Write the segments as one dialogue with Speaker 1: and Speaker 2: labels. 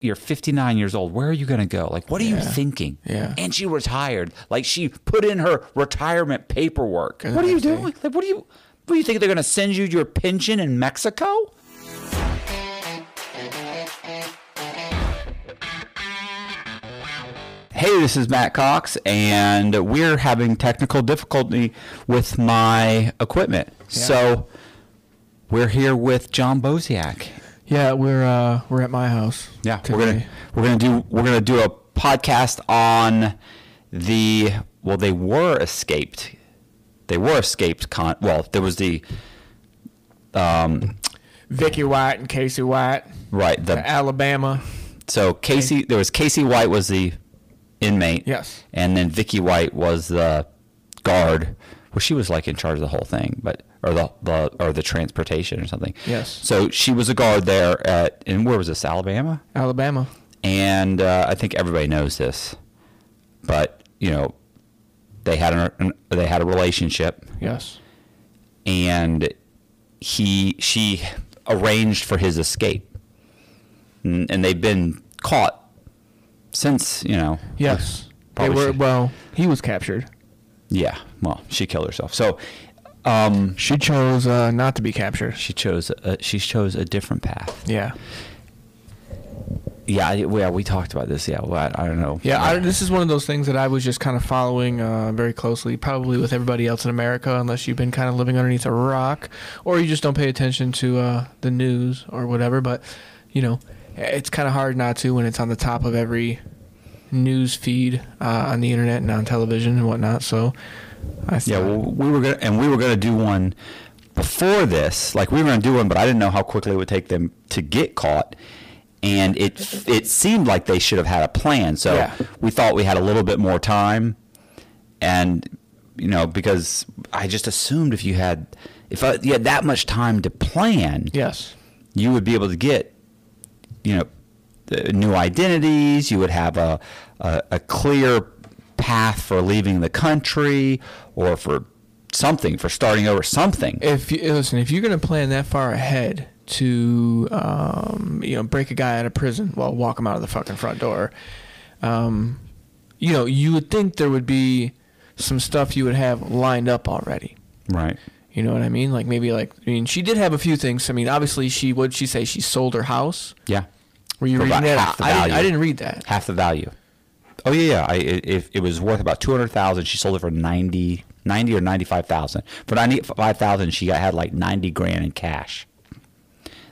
Speaker 1: you're 59 years old. Where are you going to go? Like, what are you thinking?
Speaker 2: Yeah.
Speaker 1: And she retired. Like, she put in her retirement paperwork. What are you doing? Like, what do you? What do you think they're going to send you your pension in Mexico? Hey, this is Matt Cox, and we're having technical difficulty with my equipment. So we're here with John Bosiak.
Speaker 2: Yeah, we're uh, we're at my house.
Speaker 1: Yeah, we're
Speaker 2: today.
Speaker 1: gonna we're gonna do we're gonna do a podcast on the well they were escaped, they were escaped con well there was the
Speaker 2: Vicky White and Casey White,
Speaker 1: right the
Speaker 2: Alabama.
Speaker 1: So Casey, there was Casey White was the inmate.
Speaker 2: Yes.
Speaker 1: And then Vicky White was the guard. Well, she was like in charge of the whole thing, but or the, the or the transportation or something.
Speaker 2: Yes.
Speaker 1: So she was a guard there at and where was this Alabama?
Speaker 2: Alabama.
Speaker 1: And uh, I think everybody knows this, but you know, they had an, an they had a relationship
Speaker 2: Yes.
Speaker 1: and he she arranged for his escape and, and they've been caught since you know
Speaker 2: Yes. They
Speaker 1: Probably
Speaker 2: were
Speaker 1: should-
Speaker 2: well. He was captured.
Speaker 1: yeah well she killed herself so um,
Speaker 2: She chose uh, not to be captured.
Speaker 1: she chose a, she chose a different path
Speaker 2: Yeah.
Speaker 1: yeah I, well, we talked about this yeah well, I, I don't know
Speaker 2: Yeah. I, this is one of those things that I was just kind of following uh, very closely, probably with everybody else in America, unless you've been kind of living underneath a rock or you just don't pay attention to uh, the news or whatever. But you know, it's kind of hard not to when it's on the top of every news feed uh, on the internet and on television and whatnot. So. I
Speaker 1: yeah
Speaker 2: thought-
Speaker 1: well, we were gonna and we were gonna do one before this like we were gonna do one but I didn't know how quickly it would take them to get caught and it it seemed like they should have had a plan so
Speaker 2: Yeah.
Speaker 1: we thought we had a little bit more time and you know because I just assumed if you had if I, you had that much time to plan
Speaker 2: Yes.
Speaker 1: you would be able to get, you know, the new identities. You would have a, a, a clear path for leaving the country or for something, for starting over something.
Speaker 2: if you listen, if you're gonna plan that far ahead to um, you know break a guy out of prison, well, walk him out of the fucking front door, um, you know, you would think there would be some stuff you would have lined up already.
Speaker 1: Right.
Speaker 2: You know what I mean? Like maybe like I mean, she did have a few things. I mean, obviously she would she say she sold her house.
Speaker 1: Yeah.
Speaker 2: Were you
Speaker 1: For
Speaker 2: reading
Speaker 1: about
Speaker 2: that?
Speaker 1: half the
Speaker 2: I, didn't, I
Speaker 1: value.
Speaker 2: didn't read that.
Speaker 1: Half the value. Oh yeah, yeah. I, it, it- it was worth about two hundred thousand. She sold it for 90, 90 or ninety five thousand. For ninety five thousand, she got, had like ninety grand in cash,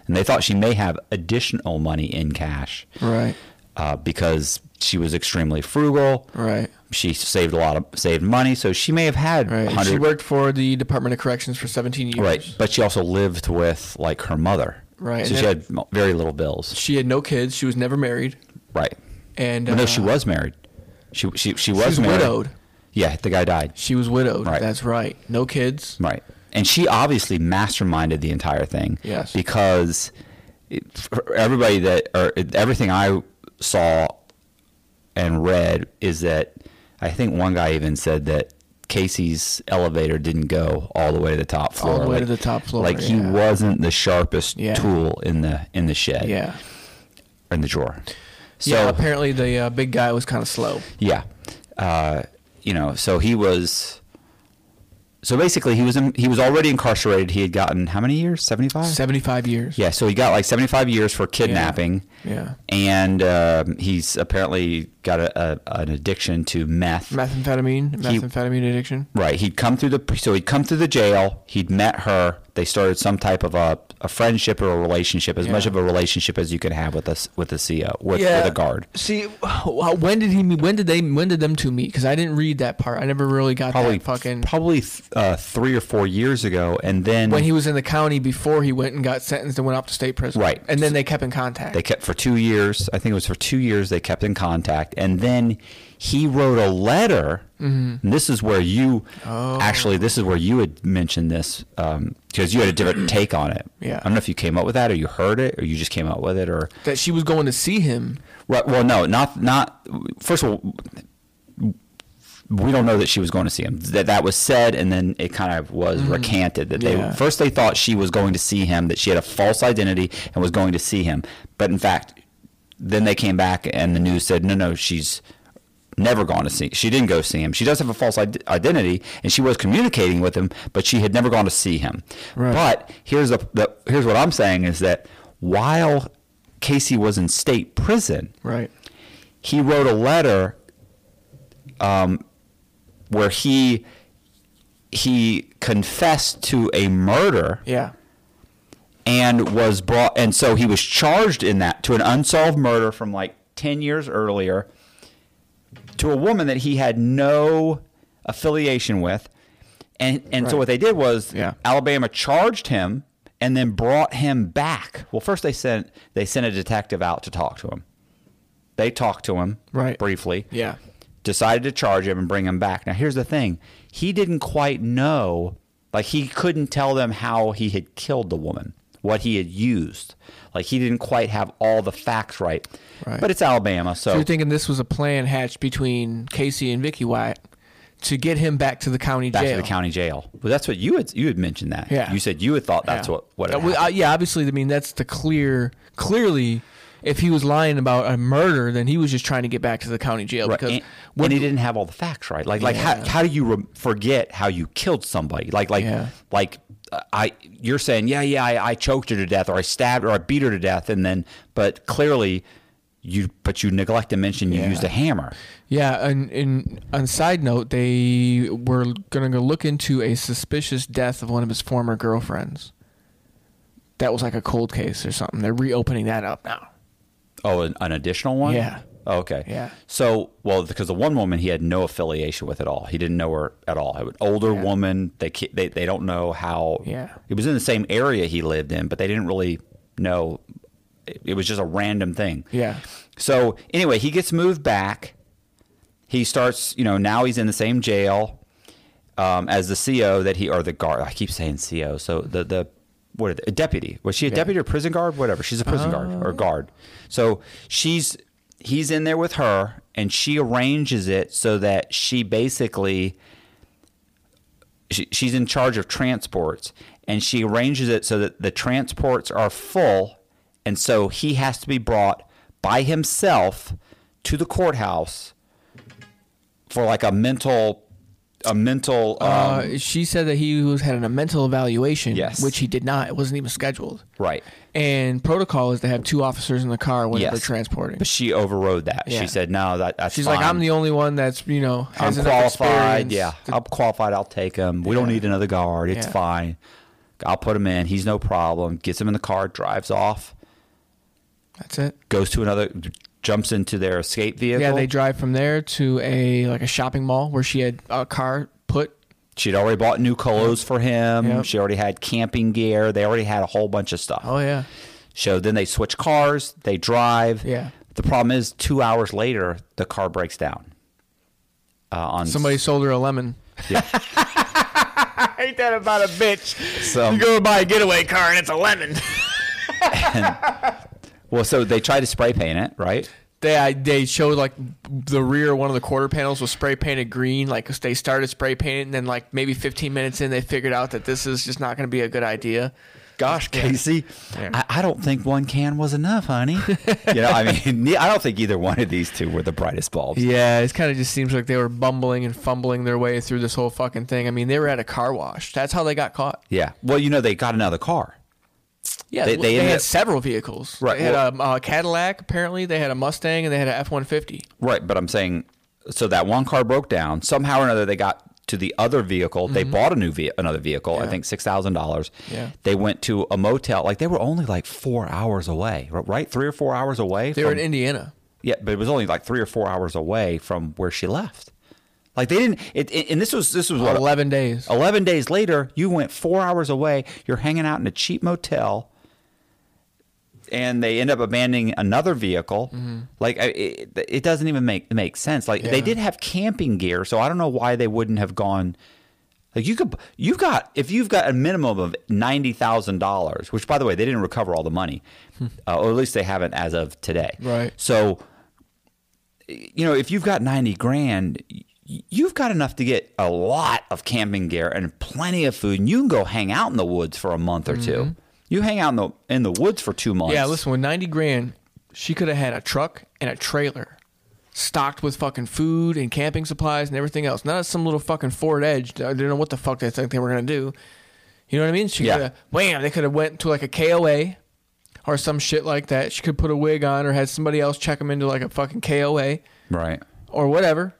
Speaker 1: and they thought she may have additional money in cash.
Speaker 2: Right.
Speaker 1: uh, because she was extremely frugal.
Speaker 2: Right.
Speaker 1: She saved a lot of saved money, so she may have had
Speaker 2: Right. And She
Speaker 1: 100
Speaker 2: worked for the Department of Corrections for 17 years.
Speaker 1: right, but she also lived with like her mother.
Speaker 2: Right,
Speaker 1: So
Speaker 2: and
Speaker 1: she
Speaker 2: then-
Speaker 1: had mo- very little bills.
Speaker 2: She had no kids. She was never married.
Speaker 1: Right.
Speaker 2: And
Speaker 1: But no,
Speaker 2: uh,
Speaker 1: she was married. She she she was
Speaker 2: She's
Speaker 1: married.
Speaker 2: widowed.
Speaker 1: Yeah, the guy died.
Speaker 2: She was widowed.
Speaker 1: Right.
Speaker 2: That's right. No kids.
Speaker 1: Right. And she obviously masterminded the entire thing.
Speaker 2: Yes.
Speaker 1: Because it, for everybody that, or everything I saw and read is that I think one guy even said that Casey's elevator didn't go all the way to the top floor.
Speaker 2: All the way to the top floor,
Speaker 1: Like he
Speaker 2: yeah.
Speaker 1: wasn't the sharpest
Speaker 2: Yeah.
Speaker 1: tool in the in the shed.
Speaker 2: Yeah.
Speaker 1: In the drawer. So
Speaker 2: yeah. Apparently, the uh, big guy was kind of slow.
Speaker 1: yeah. Uh, you know, so he was. So basically, he was in, he was already incarcerated. He had gotten how many years? Seventy five.
Speaker 2: Seventy-five years.
Speaker 1: Uh. Yeah. So he got like seventy five years for kidnapping.
Speaker 2: Yeah.
Speaker 1: And um he's apparently got a, a, an addiction to meth.
Speaker 2: Methamphetamine.
Speaker 1: He-
Speaker 2: Methamphetamine addiction.
Speaker 1: Right. He'd come through the so he'd come through the jail. He'd met her. They started some type of a, a friendship or a relationship, as much
Speaker 2: Yeah.
Speaker 1: of a relationship as you can have with us with a CO with, with a guard.
Speaker 2: See, wh- when did he? meet- When did they? When did them two meet? Because I didn't read that part. I never really got
Speaker 1: Probably
Speaker 2: that fucking.
Speaker 1: probably th- uh, three or four years ago, and then
Speaker 2: When he was in the county before he went and got sentenced and went off to state prison.
Speaker 1: Right.
Speaker 2: And then they kept in contact.
Speaker 1: They kept for two years. I think it was for two years they kept in contact. And then he wrote a letter. And this is where you actually, this is where you had mentioned this because you had a different take on it.
Speaker 2: Yeah.
Speaker 1: I don't know if you came up with that or you heard it or you just came up with it or.
Speaker 2: that she was going to see him.
Speaker 1: Right, well, no, not, not. First of all, we don't know that she was going to see him. That that was said, and then it kind of was recanted. That they
Speaker 2: Mm-hmm. Yeah.
Speaker 1: first they thought she was going to see him, that she had a false identity and was going to see him, but in fact, then they came back and the news said, no, no, she's never gone to see. She didn't go see him. She does have a false id- identity, and she was communicating with him, but she had never gone to see him.
Speaker 2: Right.
Speaker 1: But here's the, the here's what I'm saying is that while Casey was in state prison,
Speaker 2: Right.
Speaker 1: he wrote a letter um, where he he confessed to a murder
Speaker 2: Yeah.
Speaker 1: and was brought and so he was charged in that to an unsolved murder from like 10 years earlier to a woman that he had no affiliation with and and so
Speaker 2: Right.
Speaker 1: what they did was
Speaker 2: Yeah.
Speaker 1: Alabama charged him and then brought him back well first they sent they sent a detective out to talk to him they talked to him
Speaker 2: Right.
Speaker 1: briefly
Speaker 2: Yeah.
Speaker 1: decided to charge him and bring him back. Now, here's the thing he didn't quite know, like, he couldn't tell them how he had killed the woman, what he had used. Like, he didn't quite have all the facts right.
Speaker 2: Right.
Speaker 1: But it's Alabama, so.
Speaker 2: So you're thinking this was a plan hatched between Casey and Vicky Wyatt to get him back to the county
Speaker 1: Back
Speaker 2: jail.
Speaker 1: to the county jail. Well, that's what you had you had mentioned that.
Speaker 2: Yeah.
Speaker 1: You said you had thought that's
Speaker 2: yeah.
Speaker 1: what what.
Speaker 2: Uh,
Speaker 1: Had
Speaker 2: we-
Speaker 1: happened.
Speaker 2: uh, yeah, obviously. I mean, that's the clear. Clearly, if he was lying about a murder, then he was just trying to get back to the county jail
Speaker 1: Right.
Speaker 2: because
Speaker 1: and, and he didn't have all the facts right. Like like how,
Speaker 2: Yeah.
Speaker 1: how do you re- forget how you killed somebody? Like like
Speaker 2: Yeah.
Speaker 1: like uh, I you're saying yeah yeah I, I choked her to death or I stabbed her or I beat her to death and then but clearly you but you neglect to mention you
Speaker 2: Yeah.
Speaker 1: used a hammer.
Speaker 2: Yeah, and, and on side note, they were gonna go look into a suspicious death of one of his former girlfriends. That was like a cold case or something. They're reopening that up now.
Speaker 1: Oh, an, an additional one.
Speaker 2: Yeah.
Speaker 1: Oh, okay.
Speaker 2: Yeah.
Speaker 1: So well because the one woman he had no affiliation with at all. He didn't know her at all. An older
Speaker 2: Yeah.
Speaker 1: woman. They ca- they they don't know how.
Speaker 2: Yeah.
Speaker 1: It was in the same area he lived in, but they didn't really know. It, it was just a random thing.
Speaker 2: Yeah.
Speaker 1: So anyway, he gets moved back. He starts, you know, now he's in the same jail um, as the CO that he or the guard. I keep saying CO. So the the what are they, a deputy was she a deputy or prison guard? Whatever. She's a prison guard or guard. So she's he's in there with her, and she arranges it so that she basically she, she's in charge of transports and she arranges it so that the transports are full and so he has to be brought by himself to the courthouse for like a mental a mental um,
Speaker 2: uh, she said that he was had a mental evaluation,
Speaker 1: Yes.
Speaker 2: which he did not. It wasn't even scheduled.
Speaker 1: right
Speaker 2: And protocol is to have two officers in the car when
Speaker 1: Yes.
Speaker 2: they're transporting.
Speaker 1: but she overrode that
Speaker 2: Yeah.
Speaker 1: she said no that that's
Speaker 2: She's like,
Speaker 1: fine.
Speaker 2: I'm the only one that's you know
Speaker 1: I'm
Speaker 2: has enough
Speaker 1: qualified.
Speaker 2: experience
Speaker 1: Yeah,
Speaker 2: to-
Speaker 1: I'm qualified. I'll take him. We don't
Speaker 2: Yeah.
Speaker 1: need another guard. It's
Speaker 2: Yeah.
Speaker 1: fine. I'll put him in. He's no problem. Gets him in the car. Drives off.
Speaker 2: that's it.
Speaker 1: Goes to another. Jumps into their escape vehicle.
Speaker 2: Yeah, they drive from there to a like a shopping mall where she had a car put.
Speaker 1: She'd already bought new clothes for him.
Speaker 2: Yep.
Speaker 1: She already had camping gear. They already had a whole bunch of stuff.
Speaker 2: Oh yeah,
Speaker 1: So then they switch cars. They drive.
Speaker 2: Yeah.
Speaker 1: The problem is, two hours later, the car breaks down. Uh, on
Speaker 2: somebody sold her a lemon.
Speaker 1: Yeah.
Speaker 2: I hate that about a bitch.
Speaker 1: some
Speaker 2: go buy a getaway car and it's a lemon.
Speaker 1: well, so they tried to spray paint it, right?
Speaker 2: they I, they showed like the rear one of the quarter panels was spray painted green. Like they started spray painting, and then like maybe 15 minutes in, they figured out that this is just not going to be a good idea.
Speaker 1: Gosh, Casey,
Speaker 2: Yeah.
Speaker 1: I, I don't think one can was enough, honey. you know, I mean, ne- I don't think either one of these two were the brightest bulbs.
Speaker 2: Yeah, it kind of just seems like they were bumbling and fumbling their way through this whole fucking thing. I mean, they were at a car wash. That's how they got caught.
Speaker 1: Yeah. Well, you know, they got another car.
Speaker 2: Yeah,
Speaker 1: They-
Speaker 2: they,
Speaker 1: they ended
Speaker 2: had
Speaker 1: up-
Speaker 2: several vehicles.
Speaker 1: Right,
Speaker 2: They had
Speaker 1: well-
Speaker 2: a, uh Cadillac, apparently. They had a Mustang, and they had an F one fifty.
Speaker 1: Right, but I'm saying so that one car broke down. Somehow or another, they got to the other vehicle. They bought a new ve- another vehicle. I
Speaker 2: Mm-hmm. Yeah.
Speaker 1: think six thousand dollars.
Speaker 2: Yeah.
Speaker 1: They went to a motel. Like they were only like four hours away, r- right? Three or four hours away.
Speaker 2: They were
Speaker 1: from-
Speaker 2: in Indiana.
Speaker 1: yeah, but it was only like three or four hours away from where she left. Like they didn't. It, it- and this was this was what
Speaker 2: Eleven days.
Speaker 1: 11 days later, you went four hours away. You're hanging out in a cheap motel. And they end up abandoning another vehicle. Like I- it, it doesn't even make make sense. Like they
Speaker 2: Mm-hmm. Yeah.
Speaker 1: did have camping gear, so I don't know why they wouldn't have gone. Like you could, you've got if you've got a minimum of ninety thousand dollars, which by the way they didn't recover all the money, uh, or at least they haven't as of today.
Speaker 2: Hmm. Right.
Speaker 1: So you know, if you've got 90 grand, y- you've got enough to get a lot of camping gear and plenty of food, and you can go hang out in the woods for a month or two. You hang out in the in the woods for two months.
Speaker 2: Yeah, listen, with ninety grand, she could have had a truck and a trailer stocked with fucking food and camping supplies and everything else. Not some little fucking Ford Edge. I don't know what the fuck they think they were gonna do. You know what I mean? She
Speaker 1: Yeah.
Speaker 2: could have wham. They could have went to like a KOA or some shit like that. She could put a wig on or had somebody else check them into like a fucking KOA
Speaker 1: Right.
Speaker 2: or whatever.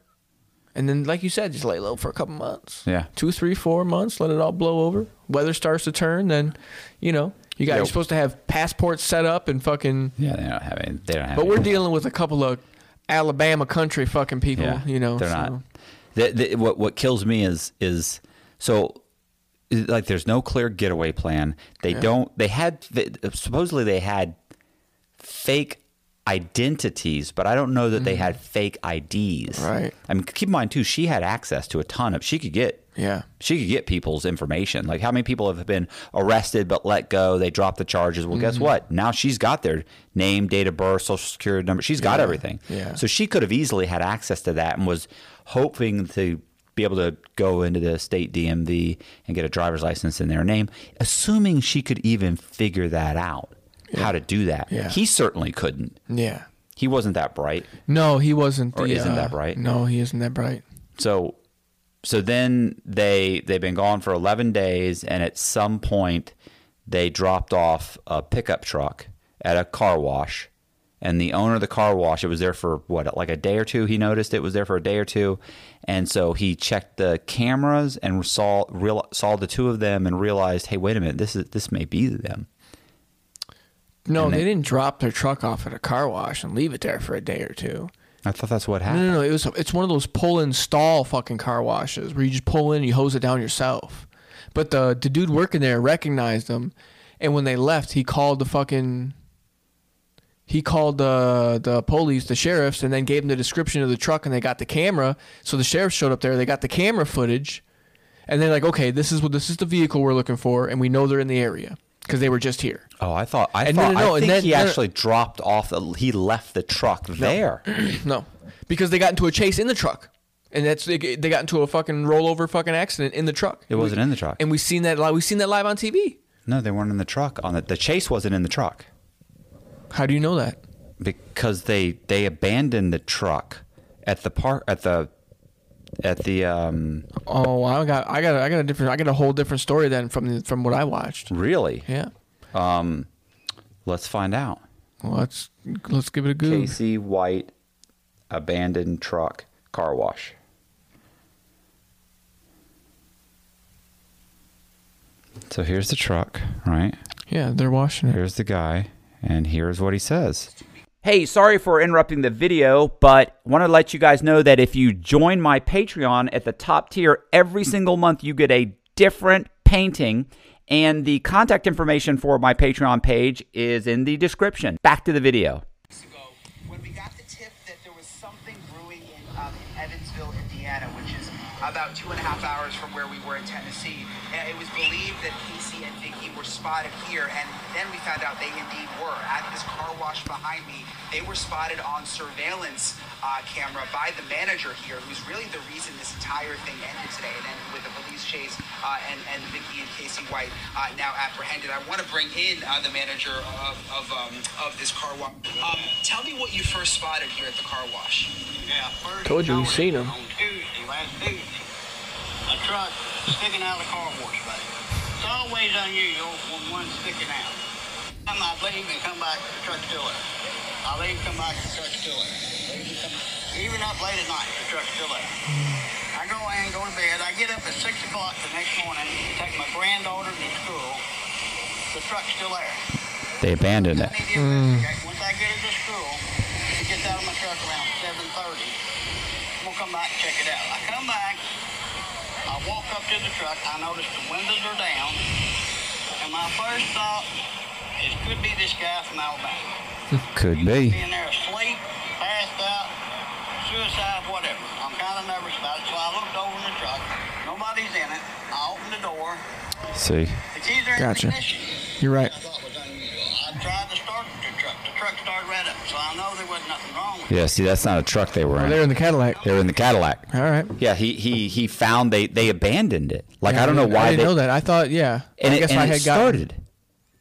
Speaker 2: And then, like you said, just lay low for a couple months.
Speaker 1: Yeah.
Speaker 2: Two, three, four months, let it all blow over. Weather starts to turn, then, you know, you got,
Speaker 1: Yep.
Speaker 2: you're supposed to have passports set up and fucking.
Speaker 1: Yeah, they don't have any. They don't have.
Speaker 2: But
Speaker 1: any-
Speaker 2: we're dealing with a couple of Alabama country fucking people,
Speaker 1: Yeah,
Speaker 2: you know.
Speaker 1: they're
Speaker 2: so-
Speaker 1: not. The, the, what what kills me is is so like there's no clear getaway plan. They don't. They had they, supposedly they had fake identities, but I don't know that they had fake IDs.
Speaker 2: Mm. Right.
Speaker 1: I mean, keep in mind too. She had access to a ton of. She could get.
Speaker 2: Yeah.
Speaker 1: She could get people's information. Like how many people have been arrested but let go? They dropped the charges. Well,
Speaker 2: Mm-hmm.
Speaker 1: guess what? Now she's got their name, date of birth, social security number. She's got
Speaker 2: Yeah.
Speaker 1: everything.
Speaker 2: Yeah.
Speaker 1: So she could have easily had access to that and was hoping to be able to go into the state DMV and get a driver's license in their name, assuming she could even figure that out, how to do that.
Speaker 2: Yeah.
Speaker 1: He certainly couldn't.
Speaker 2: Yeah.
Speaker 1: He wasn't that bright.
Speaker 2: No, he wasn't.
Speaker 1: Or
Speaker 2: the,
Speaker 1: isn't that
Speaker 2: uh,
Speaker 1: bright?
Speaker 2: No, he isn't that bright.
Speaker 1: So so then they they've been gone for 11 days and at some point they dropped off a pickup truck at a car wash and the owner of the car wash it was there for what like a day or two he noticed it was there for a day or two and so he checked the cameras and saw real, saw the two of them and realized hey wait a minute this is this may be them
Speaker 2: No,
Speaker 1: And
Speaker 2: they,
Speaker 1: they-
Speaker 2: didn't drop their truck off at a car wash and leave it there for a day or two.
Speaker 1: I thought that's what
Speaker 2: No,
Speaker 1: happened
Speaker 2: no, no. It was it's one of those pull in stall fucking car washes where you just pull in and you hose it down yourself. But the the dude working there recognized them, and when they left, he called the fucking. He called the the police, the sheriffs, and then gave them the description of the truck, and they got the camera. So the sheriff showed up there. They got the camera footage, and they're like, "Okay, this is what this is the vehicle we're looking for, and we know they're in the area because they were just here."
Speaker 1: oh I thought I
Speaker 2: And no,
Speaker 1: thought
Speaker 2: no, no,
Speaker 1: I think
Speaker 2: and then-
Speaker 1: he
Speaker 2: no, no.
Speaker 1: actually dropped off the, he left the truck there
Speaker 2: No, because they got into a chase in the truck, and that's they, they got into a fucking rollover fucking accident in the truck.
Speaker 1: It wasn't in the truck.
Speaker 2: and we seen that li- we seen that live on TV.
Speaker 1: No, they weren't in the truck. On the, the chase wasn't in the truck
Speaker 2: How do you know that?
Speaker 1: because they they abandoned the truck at the park at the at the um
Speaker 2: Oh, I got I got I got a different I got a whole different story then from the, from what I watched.
Speaker 1: really.
Speaker 2: Yeah,
Speaker 1: Um, let's find out.
Speaker 2: well, let's let's give it a go.
Speaker 1: Casey White abandoned truck car wash. So here's the truck, right?
Speaker 2: Yeah, they're washing it.
Speaker 1: Here's the guy, and here's what he says.
Speaker 3: Hey, sorry for interrupting the video, but want to let you guys know that if you join my Patreon at the top tier, every single month you get a different painting. And the contact information for my Patreon page is in the description. Back to the video.
Speaker 4: weeks ago when we got the tip that there was something brewing in, um, in Evansville, Indiana, which is about two and a half hours from where we were in Tennessee. And it was believed that Casey and Vicky were spotted here, and then we found out they indeed were at this car wash behind me. They were spotted on surveillance uh, camera by the manager here, who's really the reason this entire thing ended today, and ended with a police chase uh, and and Vicky and Casey White uh, now apprehended. I want to bring in uh, the manager of of, um, of this car wash. Um, tell me what you first spotted here at the car wash.
Speaker 5: Yeah, first
Speaker 2: Told you we
Speaker 5: notice
Speaker 2: seen 'em.
Speaker 5: On Tuesday, last Tuesday, a truck sticking out of the car wash bay. It's always unusual when one's sticking out. Time I leave and come back, the truck's still there. I leave, come back, the truck's still there. Leave and come back. Even up late at night, the truck's still there. I go in, go to bed. I get up at six o'clock the next morning, take my granddaughter to school. The truck's still there.
Speaker 1: They abandoned
Speaker 5: I
Speaker 1: it.
Speaker 5: need to investigate. Once I get her to school, she gets out of my truck around 7.30. I'm going to come back and check it out. I come back. I walk up to the truck. I notice the windows are down. And my first thought is could be this guy from Alabama.
Speaker 1: Could be.
Speaker 5: Being there asleep, passed out, suicide, whatever. I'm kind of nervous about it. So I looked over in the truck. Nobody's in it. I opened the door.
Speaker 1: See.
Speaker 5: The keys are in
Speaker 2: Gotcha.
Speaker 5: the ignition.
Speaker 2: You're right.
Speaker 5: I thought was unusual. I tried to start the truck. The truck started right up, so I know there wasn't nothing wrong with it.
Speaker 1: Yeah, see, that's not a truck they were
Speaker 2: Oh,
Speaker 1: in.
Speaker 2: they're in the Cadillac.
Speaker 1: They were in the Cadillac.
Speaker 2: All right.
Speaker 1: Yeah, he he he found they they abandoned it. Like
Speaker 2: Yeah,
Speaker 1: I don't know
Speaker 2: didn't-
Speaker 1: why
Speaker 2: I didn't
Speaker 1: they
Speaker 2: know that. I thought yeah.
Speaker 1: And
Speaker 2: I
Speaker 1: it,
Speaker 2: guess
Speaker 1: and
Speaker 2: I
Speaker 1: it
Speaker 2: had gotten-
Speaker 1: started.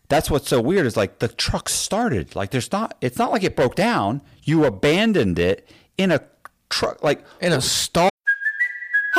Speaker 1: that's what's so weird is like the truck started. Like there's not. It's not like it broke down. You abandoned it in a truck. Like
Speaker 2: in a stall.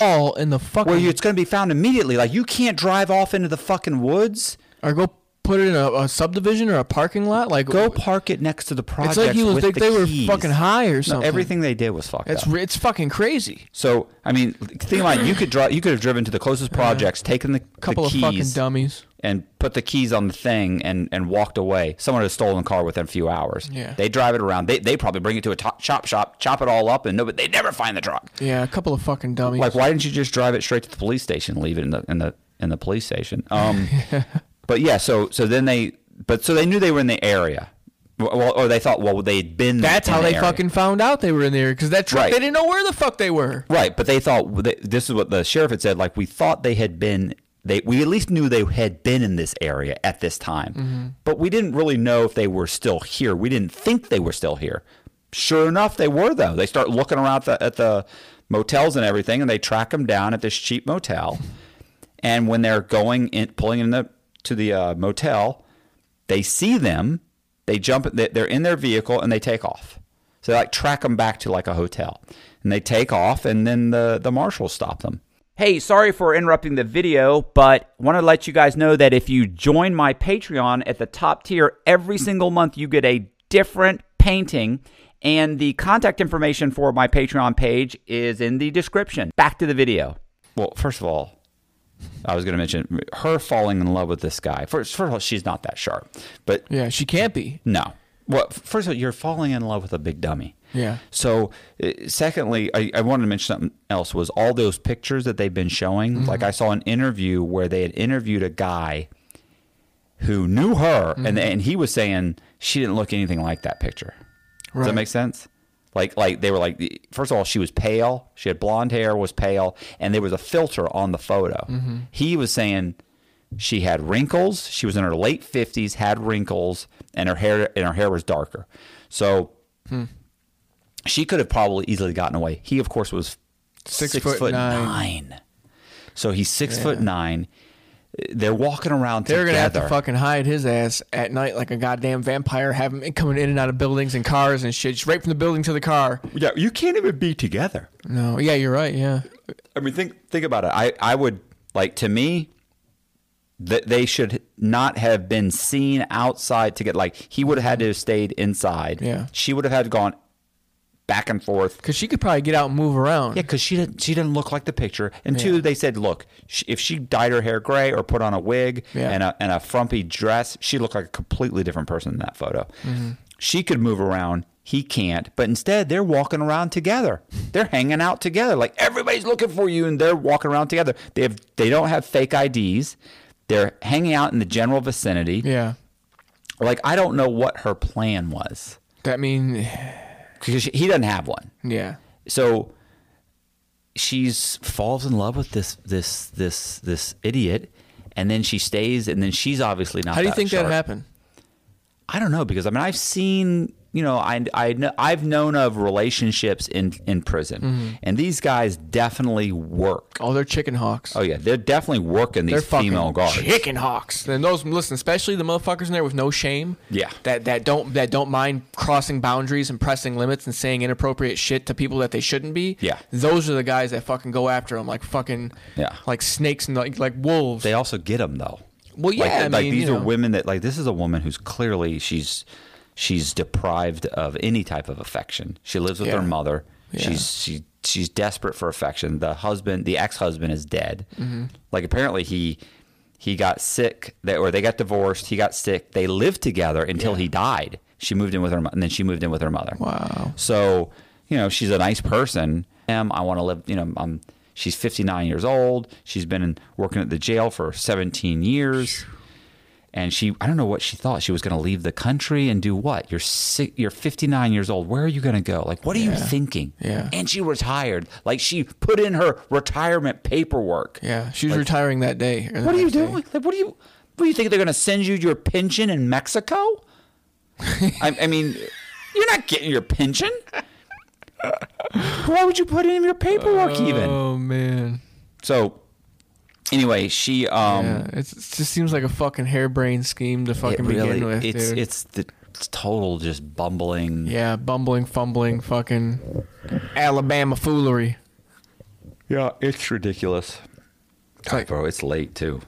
Speaker 2: all in the fucking
Speaker 1: where you, it's going to be found immediately. Like you can't drive off into the fucking woods.
Speaker 2: or go put it in a, a subdivision or a parking lot. Like
Speaker 1: Go park it next to the project.
Speaker 2: It's like you was
Speaker 1: with
Speaker 2: think
Speaker 1: the
Speaker 2: they were
Speaker 1: keys.
Speaker 2: fucking high or
Speaker 1: No,
Speaker 2: something.
Speaker 1: everything they did was fucked
Speaker 2: It's
Speaker 1: up.
Speaker 2: ri- it's fucking crazy.
Speaker 1: so I mean, think about it, you could drive. You could have driven to the closest projects, taken the
Speaker 2: Uh-huh. Couple
Speaker 1: the
Speaker 2: of
Speaker 1: keys,
Speaker 2: fucking dummies.
Speaker 1: and put the keys on the thing and, and walked away. Someone has stolen the car within a few hours.
Speaker 2: Yeah.
Speaker 1: They drive it around. They, they probably bring it to a top chop shop, chop it all up, and no, but they never find the truck.
Speaker 2: Yeah, a couple of fucking dummies.
Speaker 1: Like, why didn't you just drive it straight to the police station, and leave it in the in the in the police station? Um, but yeah, so so then they, but so they knew they were in the area, well, or they thought, well, they'd been.
Speaker 2: That's
Speaker 1: in
Speaker 2: how
Speaker 1: the
Speaker 2: they
Speaker 1: area.
Speaker 2: fucking found out they were in there because that truck
Speaker 1: Right.
Speaker 2: they didn't know where the fuck they were.
Speaker 1: Right, but they thought well, they- this is what the sheriff had said. Like we thought they had been. They we at least knew they had been in this area at this time, but we didn't really know if they were still here. We didn't think they were still here. Sure enough, they were though. They start looking around at the, at the motels and everything, and they track them down at this cheap motel. And when they're going in, pulling in the to the uh, motel, they see them. They jump. they- They're in their vehicle and they take off. So they like track them back to like a hotel, and they take off, and then the the marshals stop them.
Speaker 3: Hey, sorry for interrupting the video, but want to let you guys know that if you join my Patreon at the top tier every
Speaker 1: Hmm.
Speaker 3: single month, you get a different painting. And the contact information for my Patreon page is in the description. Back to the video.
Speaker 1: Well, first of all, I was going to mention her falling in love with this guy. First, first of all, she's not that sharp, but
Speaker 2: Yeah, she can't be.
Speaker 1: no. Well, first of all, you're falling in love with a big dummy.
Speaker 2: Yeah.
Speaker 1: So, uh, secondly, I, I wanted to mention something else was all those pictures that they've been showing. Like I saw an interview where they had interviewed a guy who knew her, and and he was saying she didn't look anything like that picture. Does that
Speaker 2: Right.
Speaker 1: make sense? Like like they were like first of all she was pale, she had blonde hair, was pale, and there was a filter on the photo.
Speaker 2: Mm-hmm.
Speaker 1: He was saying she had wrinkles. She was in her late fifties, had wrinkles, and her hair and her hair was darker. So
Speaker 2: Hmm.
Speaker 1: she could have probably easily gotten away. He, of course, was
Speaker 2: Six foot nine.
Speaker 1: So he's six foot nine. They're walking around
Speaker 2: They were
Speaker 1: together.
Speaker 2: gonna have to fucking hide his ass at night like a goddamn vampire, have him coming in and out of buildings and cars and shit, straight from the building to the car.
Speaker 1: yeah, you can't even be together.
Speaker 2: No, yeah, you're right. Yeah,
Speaker 1: I mean, think think about it. I I would like to me that they should not have been seen outside to get like he would have had to have stayed inside.
Speaker 2: Yeah.
Speaker 1: she would have had gone back and forth.
Speaker 2: because she could probably get out and move around.
Speaker 1: Yeah, because she didn't. She didn't look like the picture. And two, they said, look, sh if she dyed her hair gray or put on a wig
Speaker 2: Yeah.
Speaker 1: and a and a frumpy dress, she looked like a completely different person in that photo.
Speaker 2: Mm-hmm.
Speaker 1: She could move around. He can't. But instead, they're walking around together. They're hanging out together. Like everybody's looking for you, and they're walking around together. They have. They don't have fake IDs. They're hanging out in the general vicinity.
Speaker 2: yeah.
Speaker 1: Like I don't know what her plan was
Speaker 2: That mean,
Speaker 1: because he doesn't have one
Speaker 2: yeah.
Speaker 1: so she's falls in love with this this this this idiot and then she stays and then she's obviously not
Speaker 2: How do you
Speaker 1: that
Speaker 2: think
Speaker 1: sharp.
Speaker 2: that happened?
Speaker 1: i don't know because i mean i've seen you know i, I know, i've known of relationships in in prison and these guys definitely work
Speaker 2: Mm-hmm. Oh, they're chicken hawks.
Speaker 1: oh yeah they're definitely working
Speaker 2: they're
Speaker 1: these
Speaker 2: fucking
Speaker 1: female guards
Speaker 2: chicken hawks. And those listen, especially the motherfuckers in there with no shame.
Speaker 1: Yeah.
Speaker 2: That that don't that don't mind crossing boundaries and pressing limits and saying inappropriate shit to people that they shouldn't be.
Speaker 1: Yeah.
Speaker 2: Those are the guys that fucking go after them like fucking
Speaker 1: Yeah.
Speaker 2: like snakes and like like wolves.
Speaker 1: they also get them though.
Speaker 2: Well, yeah,
Speaker 1: like,
Speaker 2: I
Speaker 1: like
Speaker 2: mean,
Speaker 1: these
Speaker 2: you
Speaker 1: are
Speaker 2: know.
Speaker 1: women that like this is a woman who's clearly she's she's deprived of any type of affection. She lives with
Speaker 2: Yeah.
Speaker 1: her mother.
Speaker 2: Yeah.
Speaker 1: She's she she's desperate for affection. The husband, the ex husband, is dead.
Speaker 2: Mm-hmm.
Speaker 1: Like apparently he he got sick they, or they got divorced. He got sick. They lived together until he died. She moved in with her mo- and then she moved in with her mother.
Speaker 2: Wow.
Speaker 1: So, you know, she's a nice person. Um, I want to live, you know, I'm, she's 59 years old. She's been in, working at the jail for 17 years. and she I don't know what she thought she was going to leave the country and do what you're si you're 59 years old where are you going to go like what are you thinking
Speaker 2: Yeah.
Speaker 1: and she retired like she put in her retirement paperwork
Speaker 2: Yeah, she's retiring that day. or the
Speaker 1: what are you
Speaker 2: next day.
Speaker 1: doing like what do you what do you think they're going to send you your pension in Mexico I, I mean you're not getting your pension why would you put in your paperwork even
Speaker 2: Oh man,
Speaker 1: so anyway she um
Speaker 2: yeah, it's, it just seems like a fucking harebrained scheme to fucking begin with,
Speaker 1: it's
Speaker 2: dude.
Speaker 1: it's the it's total just bumbling
Speaker 2: yeah, bumbling, fumbling, fucking Alabama foolery.
Speaker 1: yeah it's ridiculous
Speaker 2: It's like,
Speaker 1: bro it's late too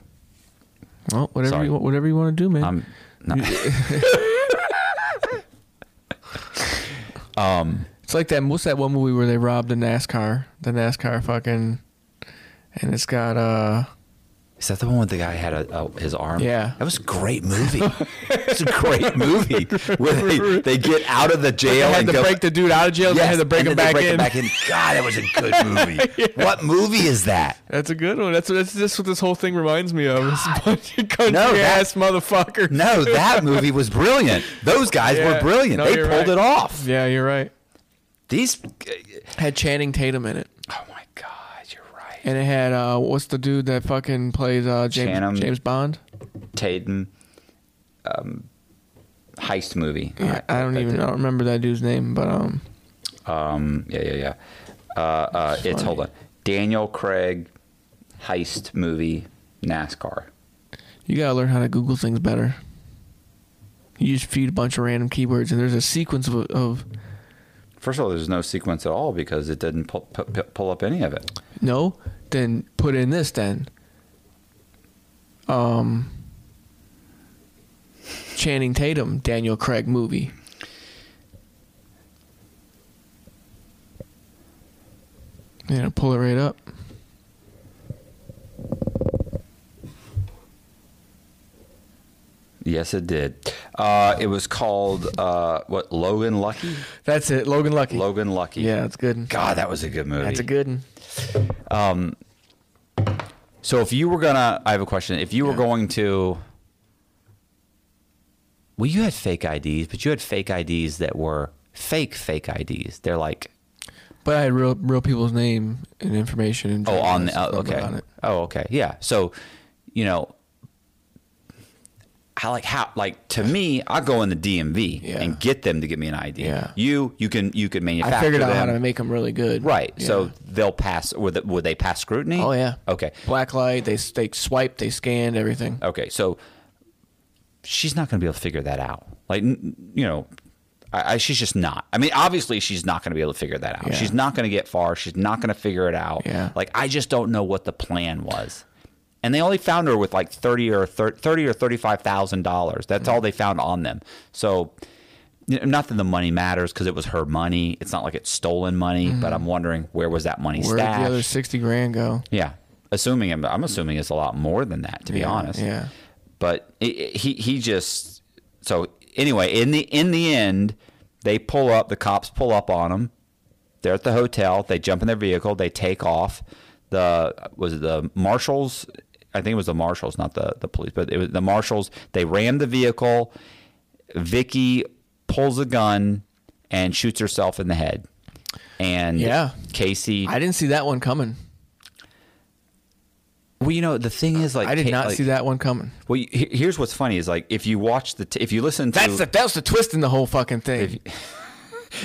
Speaker 2: well, whatever
Speaker 1: Sorry.
Speaker 2: you whatever you want to do, man.
Speaker 1: i'm not
Speaker 2: It's like that. What's that one movie where they robbed the NASCAR? The NASCAR fucking, and it's got uh,
Speaker 1: is that the one with the guy had a, a, his arm?
Speaker 2: Yeah.
Speaker 1: that was a great movie. it's a great movie where they, they get out of the jail
Speaker 2: they had
Speaker 1: and
Speaker 2: to
Speaker 1: go,
Speaker 2: break the dude out of jail.
Speaker 1: Yes,
Speaker 2: they had to break
Speaker 1: and
Speaker 2: him
Speaker 1: then they
Speaker 2: back in.
Speaker 1: back in. God, that was a good movie. What movie is that?
Speaker 2: That's a good one. That's that's just what this whole thing reminds me of. It's a bunch of country
Speaker 1: No, that-
Speaker 2: ass motherfuckers.
Speaker 1: No, that movie was brilliant. Those guys
Speaker 2: Yeah.
Speaker 1: were brilliant.
Speaker 2: No,
Speaker 1: they
Speaker 2: you're
Speaker 1: pulled it
Speaker 2: right.
Speaker 1: off.
Speaker 2: Yeah, you're right.
Speaker 1: These. uh,
Speaker 2: Had Channing Tatum in it,
Speaker 1: Oh my God, you're right.
Speaker 2: and it had uh, what's the dude that fucking plays uh James
Speaker 1: Channing.
Speaker 2: James Bond?
Speaker 1: Tatum um, heist movie.
Speaker 2: Yeah, I don't
Speaker 1: That-
Speaker 2: even I don't remember that dude's name, but um,
Speaker 1: Um, yeah, yeah, yeah. Uh, uh, it's hold on. Daniel Craig heist movie NASCAR.
Speaker 2: you gotta learn how to Google things better. You just feed a bunch of random keywords, and there's a sequence of, of
Speaker 1: First of all, there's no sequence at all because it didn't pull, pu- pu- pull up any of it.
Speaker 2: no. Then put in this. Then, um, Channing Tatum, Daniel Craig movie. Yeah, it'll pull it right up.
Speaker 1: Yes, it did. Uh, it was called uh, what? Logan Lucky.
Speaker 2: That's it. Logan Lucky.
Speaker 1: Logan Lucky.
Speaker 2: Yeah, that's good.
Speaker 1: God, that was a good movie.
Speaker 2: That's a good one.
Speaker 1: So if you were gonna, I have a question. If you were going to, well, you had fake IDs, but you had fake IDs that were fake fake IDs. They're like,
Speaker 2: But I had real real people's name and information. And
Speaker 1: oh, on the
Speaker 2: details
Speaker 1: oh, okay,
Speaker 2: about it.
Speaker 1: oh, okay, yeah. So, you know, I like how like to me, I go in the DMV
Speaker 2: Yeah.
Speaker 1: and get them to give me an ID.
Speaker 2: Yeah.
Speaker 1: You, you can you can manufacture
Speaker 2: I figured out
Speaker 1: them.
Speaker 2: how to make them really good.
Speaker 1: Right, so
Speaker 2: Yeah.
Speaker 1: they'll pass. Would they, would they pass scrutiny?
Speaker 2: Oh yeah.
Speaker 1: Okay. Uh,
Speaker 2: Black light. They they swiped. They scanned everything.
Speaker 1: okay, so she's not going to be able to figure that out. Like, n- you know, I, I, she's just not. I mean, obviously, she's not going to be able to figure that out.
Speaker 2: Yeah.
Speaker 1: She's not going to get far. She's not going to figure it out.
Speaker 2: Yeah.
Speaker 1: Like, I just don't know what the plan was. And they only found her with like thirty or thir- thirty or thirty-five thousand dollars.
Speaker 2: Mm-hmm.
Speaker 1: That's all they found on them. So, you know, not that the money matters because it was her money. It's not like it's stolen money. But I'm wondering where was that money
Speaker 2: Mm-hmm. Where did
Speaker 1: stashed?
Speaker 2: the other sixty grand go?
Speaker 1: Yeah, assuming I'm, I'm assuming it's a lot more than that, to be
Speaker 2: Yeah,
Speaker 1: honest.
Speaker 2: yeah.
Speaker 1: But i i- he he just so anyway in the in the end they pull up the cops pull up on him. They're at the hotel. They jump in their vehicle. They take off. The was it the marshals. I think it was the marshals, not the, the police, but it was the marshals. They ram the vehicle. Vicky pulls a gun and shoots herself in the head. And
Speaker 2: Yeah.
Speaker 1: Casey,
Speaker 2: I didn't see that one coming.
Speaker 1: well, you know the thing is, like
Speaker 2: I did
Speaker 1: Ca-
Speaker 2: not
Speaker 1: like-
Speaker 2: see that one coming.
Speaker 1: Well, you- he- here's what's funny is like if you watch the t- if you listen to
Speaker 2: That's the that was the twist in the whole fucking thing.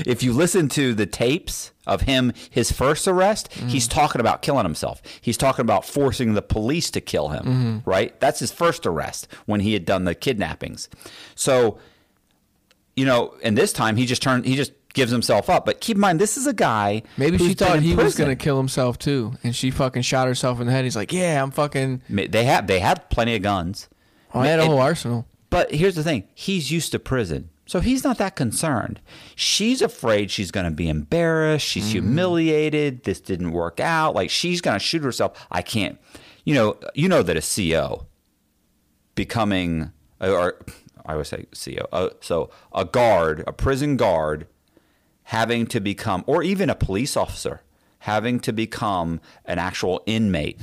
Speaker 1: if you listen to the tapes of him his first arrest, he's
Speaker 2: Mm.
Speaker 1: talking about killing himself. He's talking about forcing the police to kill him,
Speaker 2: Mm-hmm.
Speaker 1: right? That's his first arrest when he had done the kidnappings. So, you know, and this time he just turned he just gives himself up. But keep in mind this is a guy
Speaker 2: Maybe
Speaker 1: who's
Speaker 2: she
Speaker 1: been
Speaker 2: thought
Speaker 1: in
Speaker 2: he was
Speaker 1: prison.
Speaker 2: gonna kill himself too, and she fucking shot herself in the head. He's like, "Yeah, I'm fucking.
Speaker 1: Ma- They have they had plenty of guns.
Speaker 2: I had a
Speaker 1: It-
Speaker 2: whole arsenal."
Speaker 1: But here's the thing he's used to prison. So he's not that concerned. She's afraid she's going to be embarrassed. She's humiliated. This didn't work out. Like she's going to shoot herself. I can't. You know, you know that a CO becoming or I would say CO. Uh, so a guard, a prison guard having to become or even a police officer having to become an actual inmate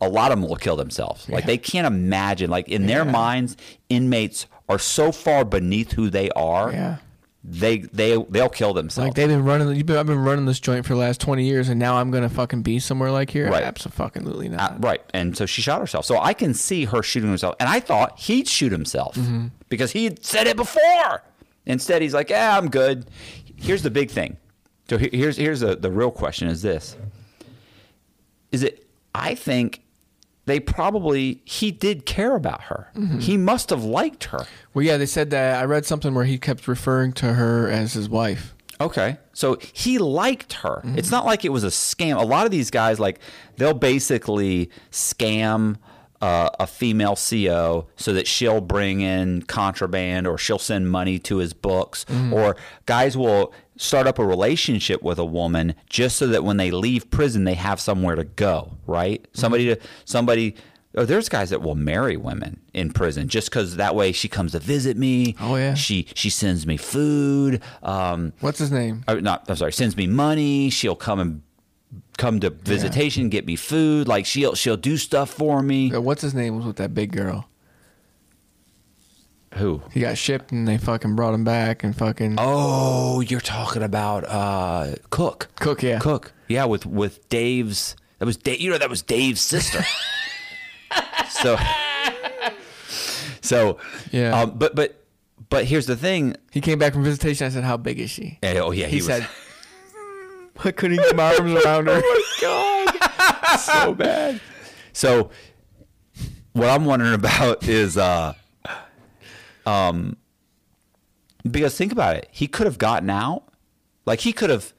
Speaker 1: a lot of them will kill themselves. Like they can't imagine. Like in their minds, inmates are so far beneath who they are.
Speaker 2: Yeah.
Speaker 1: They they they'll kill themselves.
Speaker 2: Like they've been running. You've been, I've been running this joint for the last twenty years, and now I'm gonna fucking be somewhere like here.
Speaker 1: Right.
Speaker 2: Absolutely not.
Speaker 1: Uh, right. And so she shot herself. So I can see her shooting herself. And I thought he'd shoot himself because he had said it before. Instead, he's like, yeah, I'm good. Here's the big thing. So he- here's, here's the, the real question is this is it, I think they probably, he did care about her. He must have liked her.
Speaker 2: Well, yeah, they said that. I read something where he kept referring to her as his wife.
Speaker 1: Okay. So he liked her.
Speaker 2: Mm-hmm.
Speaker 1: It's not like it was a scam. A lot of these guys, like, they'll basically scam uh, a female CO so that she'll bring in contraband or she'll send money to his books.
Speaker 2: Mm-hmm.
Speaker 1: Or guys will start up a relationship with a woman just so that when they leave prison, they have somewhere to go, right?
Speaker 2: Mm-hmm.
Speaker 1: Somebody to, somebody. Oh, there's guys that will marry women in prison just because that way she comes to visit me.
Speaker 2: Oh, yeah.
Speaker 1: she she sends me food. Um,
Speaker 2: What's his name?
Speaker 1: uh, not I'm sorry, sends me money. She'll come and come to visitation, get me food. Like she'll she'll do stuff for me.
Speaker 2: Uh, What's his name was with that big girl.
Speaker 1: Who?
Speaker 2: He got shipped, and they fucking brought him back, and fucking.
Speaker 1: Oh, you're talking about uh, Cook.
Speaker 2: Cook, yeah.
Speaker 1: Cook. Yeah, with with Dave's. That was Dave. You know that was Dave's sister. so. So.
Speaker 2: Yeah.
Speaker 1: Um, but but but here's the thing.
Speaker 2: He came back from visitation. I said, "How big is she?"
Speaker 1: Eh, Oh yeah, he,
Speaker 2: He
Speaker 1: was,
Speaker 2: said, "I couldn't get my arms around her."
Speaker 1: Oh, so bad. So what I'm wondering about is uh um because think about it. He could have gotten out. Like he could have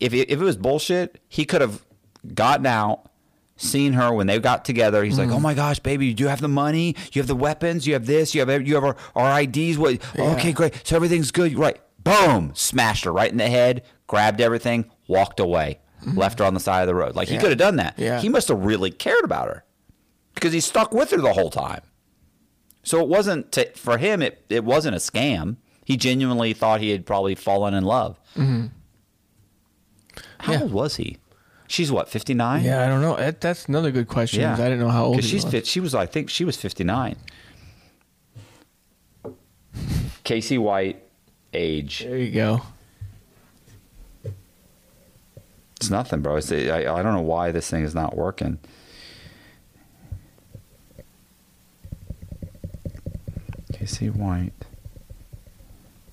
Speaker 1: if it, if it was bullshit, he could have gotten out, seen her when they got together. He's like,
Speaker 2: Mm.
Speaker 1: "Oh my gosh, baby, you do have the money, you have the weapons, you have this, you have ev- you have our, our IDs. What? Okay, great. So everything's good, right? Boom! Smashed her right in the head, grabbed everything, walked away, left her on the side of the road. Like he
Speaker 2: Mm-hmm. Yeah.
Speaker 1: could have done that.
Speaker 2: Yeah.
Speaker 1: He must have really cared about her because he stuck with her the whole time. So it wasn't to, for him. It it wasn't a scam. He genuinely thought he had probably fallen in love.
Speaker 2: Mm-hmm.
Speaker 1: How old was he? She's what, 59?
Speaker 2: yeah, I don't know. That, that's another good question. is I didn't know how old
Speaker 1: 'Cause
Speaker 2: he
Speaker 1: she's
Speaker 2: was.
Speaker 1: fit. She was, I think she was 59. Casey White, age.
Speaker 2: There you go.
Speaker 1: It's nothing, bro. It's, I, I don't know why this thing is not working. Casey White,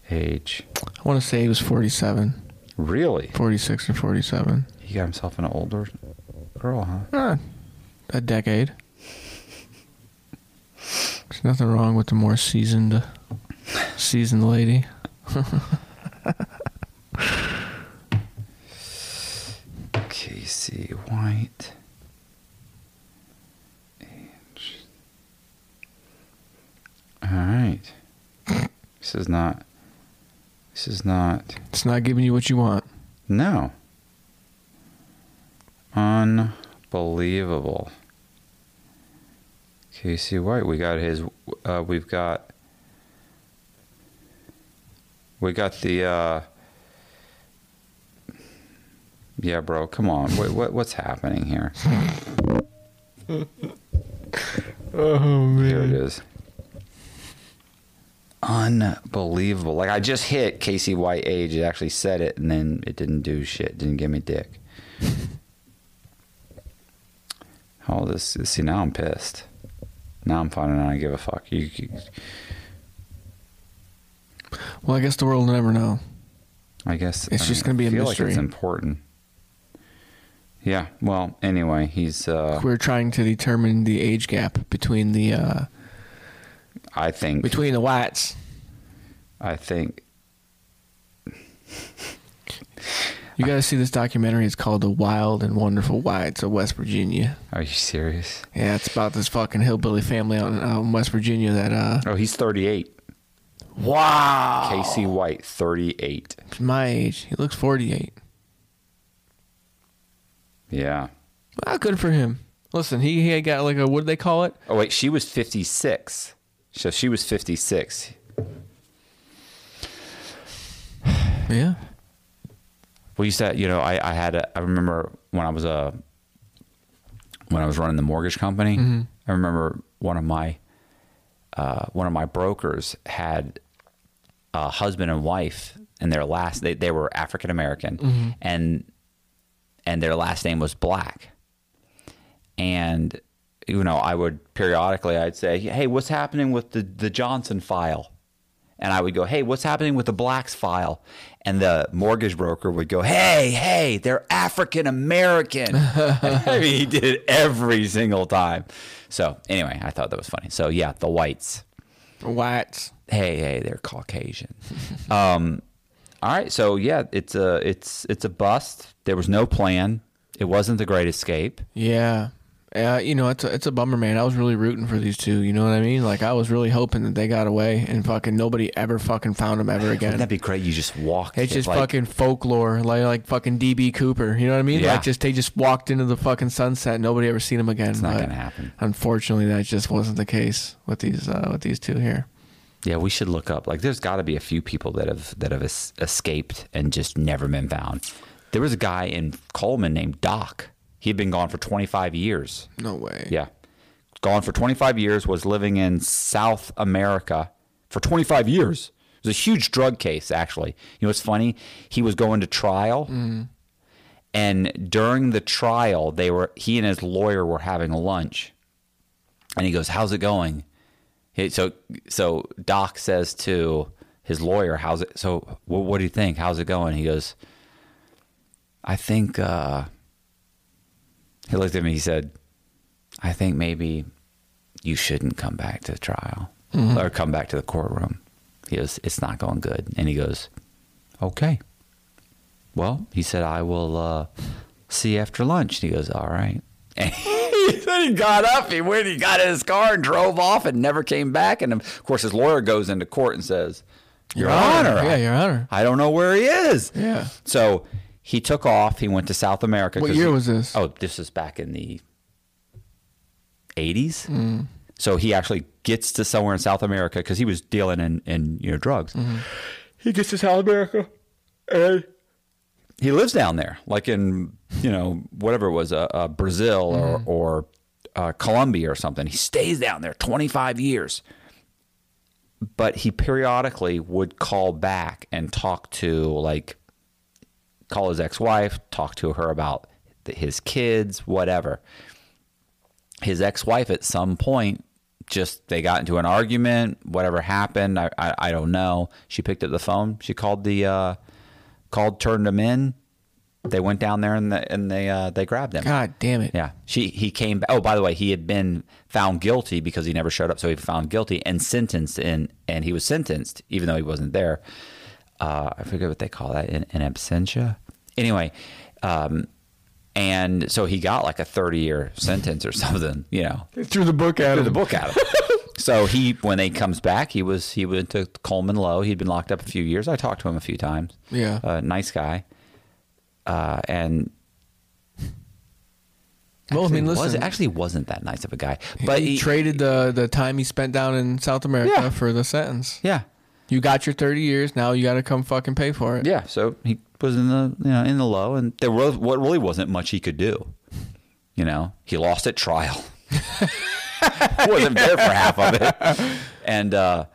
Speaker 1: age.
Speaker 2: I want to say he was 47,
Speaker 1: Really?
Speaker 2: 46 or 47.
Speaker 1: He got himself an older girl, huh?
Speaker 2: Ah, a decade. There's nothing wrong with the more seasoned, seasoned lady.
Speaker 1: Casey White. Age. All right. This is not. This is not.
Speaker 2: It's not giving you what you want.
Speaker 1: No. Unbelievable. Casey White. We got his. Uh, we've got. We got the. Uh, yeah, bro. Come on. What, what what's happening here? oh man. Here it is. Unbelievable. Like I just hit Casey White age. It actually said it, and then it didn't do shit. Didn't give me dick. All this. See, now I'm pissed. Now I'm finding out I give a fuck. You, you,
Speaker 2: Well, I guess the world will never know.
Speaker 1: I guess
Speaker 2: It's
Speaker 1: I
Speaker 2: just
Speaker 1: don't know.
Speaker 2: gonna be a
Speaker 1: I feel Like
Speaker 2: mystery.
Speaker 1: it's important. Yeah. Well. Anyway, he's. Uh,
Speaker 2: We're trying to determine the age gap between the uh,
Speaker 1: I think.
Speaker 2: between the whites.
Speaker 1: I think.
Speaker 2: You got to see this documentary. It's called The Wild and Wonderful Whites of West Virginia.
Speaker 1: Are you serious?
Speaker 2: Yeah, it's about this fucking hillbilly family out in, out in West Virginia that uh,
Speaker 1: Oh, he's 38. Wow. Casey White, 38.
Speaker 2: is my age. He looks 48.
Speaker 1: Yeah.
Speaker 2: Well, Ah, good for him. Listen, he, he had got like a what do they call it?
Speaker 1: Oh wait, she was 56. So she was 56.
Speaker 2: Yeah.
Speaker 1: We used to, you know, I, I had a, I remember when I was a uh, when I was running the mortgage company. I remember one of my uh, one of my brokers had a husband and wife, and their last they, they were African American, and and their last name was Black. And you know, I would periodically I'd say, "Hey, what's happening with the the Johnson file?" And I would go, "Hey, what's happening with the Blacks file?" And the mortgage broker would go, "Hey, hey, they're African American." I mean, he did it every single time. So anyway, I thought that was funny. So yeah, the whites
Speaker 2: Whites.
Speaker 1: hey hey they're caucasian um all right so yeah it's a it's it's a bust there was no plan it wasn't the great escape
Speaker 2: Yeah. Uh, you know, it's a, it's a bummer, man. I was really rooting for these two. You know what I mean? Like, I was really hoping that they got away and fucking nobody ever fucking found them ever
Speaker 1: wouldn't
Speaker 2: again.
Speaker 1: that be great you just walked
Speaker 2: It's
Speaker 1: it,
Speaker 2: just
Speaker 1: like-
Speaker 2: fucking folklore, like like fucking DB Cooper. You know what I mean?
Speaker 1: Yeah.
Speaker 2: Like just they just walked into the fucking sunset. Nobody ever seen them again. It's
Speaker 1: not gonna happen.
Speaker 2: Unfortunately, that just wasn't the case with these uh, with these two here.
Speaker 1: yeah we should look up like there's got to be a few people that have that have es- escaped and just never been found there was a guy in coleman named doc he'd been gone for 25 years
Speaker 2: No way.
Speaker 1: Yeah. Gone for 25 years, was living in South America for 25 years. It was a huge drug case, actually. You know what's funny? He was going to trial. And during the trial, they were he and his lawyer were having lunch. And he goes, How's it going? He- so so Doc says to his lawyer, How's it so what, what do you think? How's it going? He goes, I think uh he looked at me, he said, I think maybe you shouldn't come back to the trial or come back to the courtroom. He goes, It's not going good. And he goes, Okay. Well, he said, I will uh, see you after lunch. And he goes, All right. And then he got up, he went, he got in his car and drove off and never came back. And of course, his lawyer goes into court and says, Your, Honor.
Speaker 2: Yeah,
Speaker 1: I-
Speaker 2: Your Honor.
Speaker 1: I don't know where he is.
Speaker 2: Yeah.
Speaker 1: So he took off. He went to South America.
Speaker 2: What
Speaker 1: 'cause
Speaker 2: year
Speaker 1: he-
Speaker 2: was this?
Speaker 1: Oh, this was back in the 80s.
Speaker 2: Mm.
Speaker 1: So he actually gets to somewhere in South America because he was dealing in, in you know drugs.
Speaker 2: Mm-hmm.
Speaker 1: He gets to South America and he lives down there, like in you know whatever it was, uh, uh, Brazil
Speaker 2: Mm-hmm.
Speaker 1: or or uh, Colombia or something. He stays down there 25 years but he periodically would call back and talk to like call his ex-wife talk to her about th- his kids whatever his ex-wife at some point just they got into an argument whatever happened i i, I don't know she picked up the phone she called the uh called turned him in they went down there and, the, and they uh, they grabbed him
Speaker 2: God damn it.
Speaker 1: yeah, she he came. ba- Oh, by the way, he had been found guilty because he never showed up, so he was found guilty and sentenced. In and he was sentenced even though he wasn't there. Uh, I forget what they call that in, in absentia. Anyway, um, and so he got like a thirty-year sentence or something. You know,
Speaker 2: Threw the book at him.
Speaker 1: the book out of him. so he, when he comes back, he was he went to Coleman Low. He'd been locked up a few years. I talked to him a few times.
Speaker 2: Yeah.
Speaker 1: uh, nice guy. Uh, and
Speaker 2: Well, I mean,
Speaker 1: Actually,
Speaker 2: listen.
Speaker 1: was, actually wasn't that nice of a guy,
Speaker 2: but
Speaker 1: but
Speaker 2: he,
Speaker 1: he,
Speaker 2: traded the the time he spent down in South America
Speaker 1: Yeah.
Speaker 2: for the sentence.
Speaker 1: yeah,
Speaker 2: You got your 30 years. Now you got to come fucking pay for it.
Speaker 1: yeah. So he was in the you know in the low, and there was what really wasn't much he could do. You know, he lost at trial. wasn't there for half of it, and uh,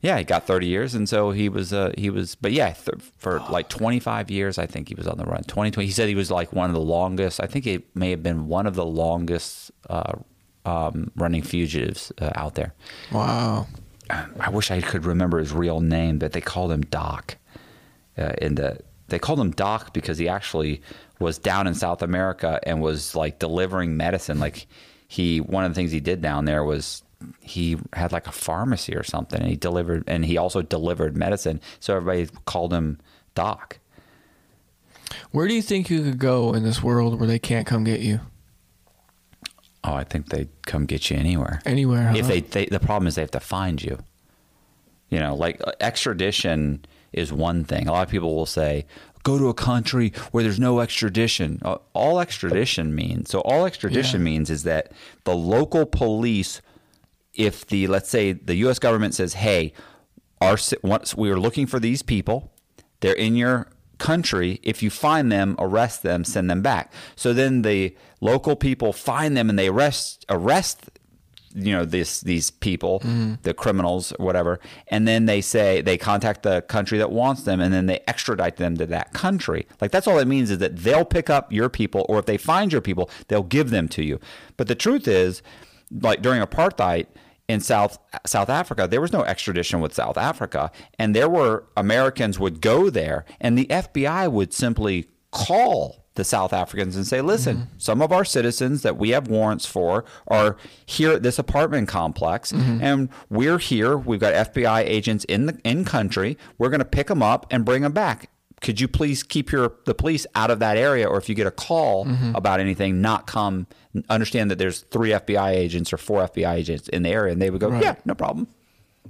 Speaker 1: yeah, he got thirty years, and so he was uh, he was, but yeah, th- for like twenty five years, I think he was on the run. Twenty twenty, he said he was like one of the longest. I think it may have been one of the longest uh, um, running fugitives uh, out there.
Speaker 2: Wow.
Speaker 1: I wish I could remember his real name, but they called him Doc. Uh, in the they called him Doc because he actually was down in South America and was like delivering medicine. Like he, one of the things he did down there was he had like a pharmacy or something, and he delivered, and he also delivered medicine. So everybody called him Doc.
Speaker 2: Where do you think you could go in this world where they can't come get you?
Speaker 1: Oh, I think they'd come get you anywhere.
Speaker 2: Anywhere. Huh?
Speaker 1: if they, they the problem is they have to find you you know like uh, extradition is one thing a lot of people will say go to a country where there's no extradition Uh, all extradition means so all extradition
Speaker 2: Yeah.
Speaker 1: means is that the local police if the let's say the us government says hey our ci- once we are looking for these people they're in your country. If you find them, arrest them, send them back. So then the local people find them and they arrest arrest you know this these people, the criminals, whatever, and then they say they contact the country that wants them, and then they extradite them to that country. Like that's all it means is that they'll pick up your people, or if they find your people, they'll give them to you. But the truth is, like during apartheid in South South Africa, there was no extradition with South Africa, and there were Americans would go there, and the FBI would simply call the South Africans and say, "Listen,
Speaker 2: Mm-hmm.
Speaker 1: some of our citizens that we have warrants for are here at this apartment complex,
Speaker 2: Mm-hmm.
Speaker 1: and we're here. We've got FBI agents in the in country. We're going to pick them up and bring them back." Could you please keep your the police out of that area, or if you get a call
Speaker 2: Mm-hmm.
Speaker 1: about anything, not come. Understand that there's three FBI agents or four FBI agents in the area, and they would go,
Speaker 2: Right.
Speaker 1: "Yeah, no problem."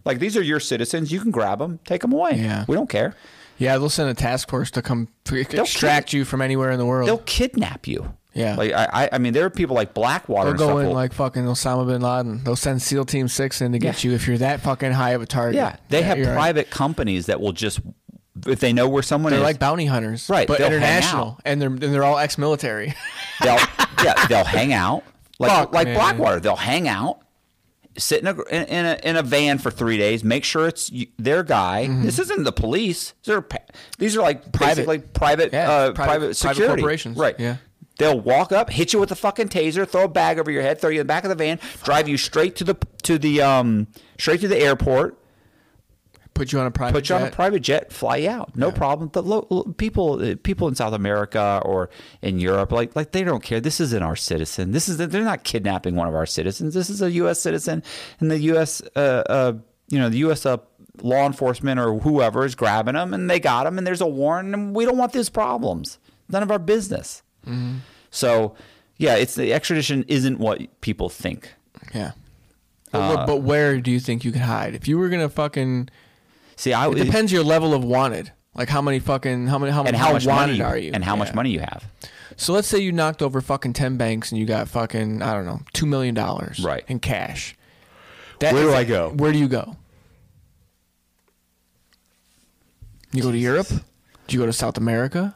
Speaker 1: Like these are your citizens. You can grab them, take them away.
Speaker 2: Yeah.
Speaker 1: We don't care.
Speaker 2: Yeah, they'll send a task force to come to extract
Speaker 1: kill-
Speaker 2: you from anywhere in the world.
Speaker 1: They'll kidnap you.
Speaker 2: Yeah.
Speaker 1: Like I, I- I mean, there are people like Blackwater. and
Speaker 2: They'll go
Speaker 1: stuff
Speaker 2: in
Speaker 1: will-
Speaker 2: like fucking Osama bin Laden. They'll send SEAL Team Six in to get
Speaker 1: Yeah.
Speaker 2: you if you're that fucking high of a target.
Speaker 1: yeah, they have
Speaker 2: you're right.
Speaker 1: private companies that will just if they know where someone
Speaker 2: They're
Speaker 1: is,
Speaker 2: like bounty hunters,
Speaker 1: Right,
Speaker 2: But
Speaker 1: they'll hang
Speaker 2: international,
Speaker 1: out.
Speaker 2: and they're and they're all ex-military.
Speaker 1: they'll yeah they'll hang out like
Speaker 2: Fuck,
Speaker 1: like
Speaker 2: man.
Speaker 1: Blackwater. They'll hang out, sit in a gr- in, in a in a van for three days, make sure it's y- their guy.
Speaker 2: Mm-hmm.
Speaker 1: This isn't the police. These are pa- these are like
Speaker 2: Private.
Speaker 1: basically private
Speaker 2: Yeah,
Speaker 1: uh,
Speaker 2: private-
Speaker 1: private,
Speaker 2: private
Speaker 1: security
Speaker 2: corporations.
Speaker 1: Right.
Speaker 2: Yeah.
Speaker 1: They'll walk up, hit you with a fucking taser, throw a bag over your head, throw you in the back of the van, drive you straight to the to the um straight to the airport.
Speaker 2: Put you on a private.
Speaker 1: put you on a
Speaker 2: jet.
Speaker 1: private jet, fly you out, no problem. But lo- lo- people, uh, people in South America or in Europe, like like they don't care. This isn't our citizen. This is they're not kidnapping one of our citizens. This is a U.S. citizen, and the U.S. Uh, uh, you know the U.S. Uh, law enforcement or whoever is grabbing them, and they got them, and there's a warrant, and we don't want these problems. None of our business.
Speaker 2: Mm-hmm.
Speaker 1: So, yeah, it's the extradition isn't what people think.
Speaker 2: Yeah. But wh- but where do you think you could hide? If you were gonna fucking,
Speaker 1: See, I
Speaker 2: it depends your level of wanted. Like how many fucking how many how,
Speaker 1: and
Speaker 2: how,
Speaker 1: how,
Speaker 2: much
Speaker 1: money
Speaker 2: wanted are you
Speaker 1: and how much
Speaker 2: Yeah.
Speaker 1: money you have.
Speaker 2: So let's say you knocked over fucking ten banks and you got fucking I don't know two million dollars
Speaker 1: Right.
Speaker 2: in cash. That
Speaker 1: Where do
Speaker 2: is-
Speaker 1: I go?
Speaker 2: Where do you go? You go to Europe? Do you go to South America?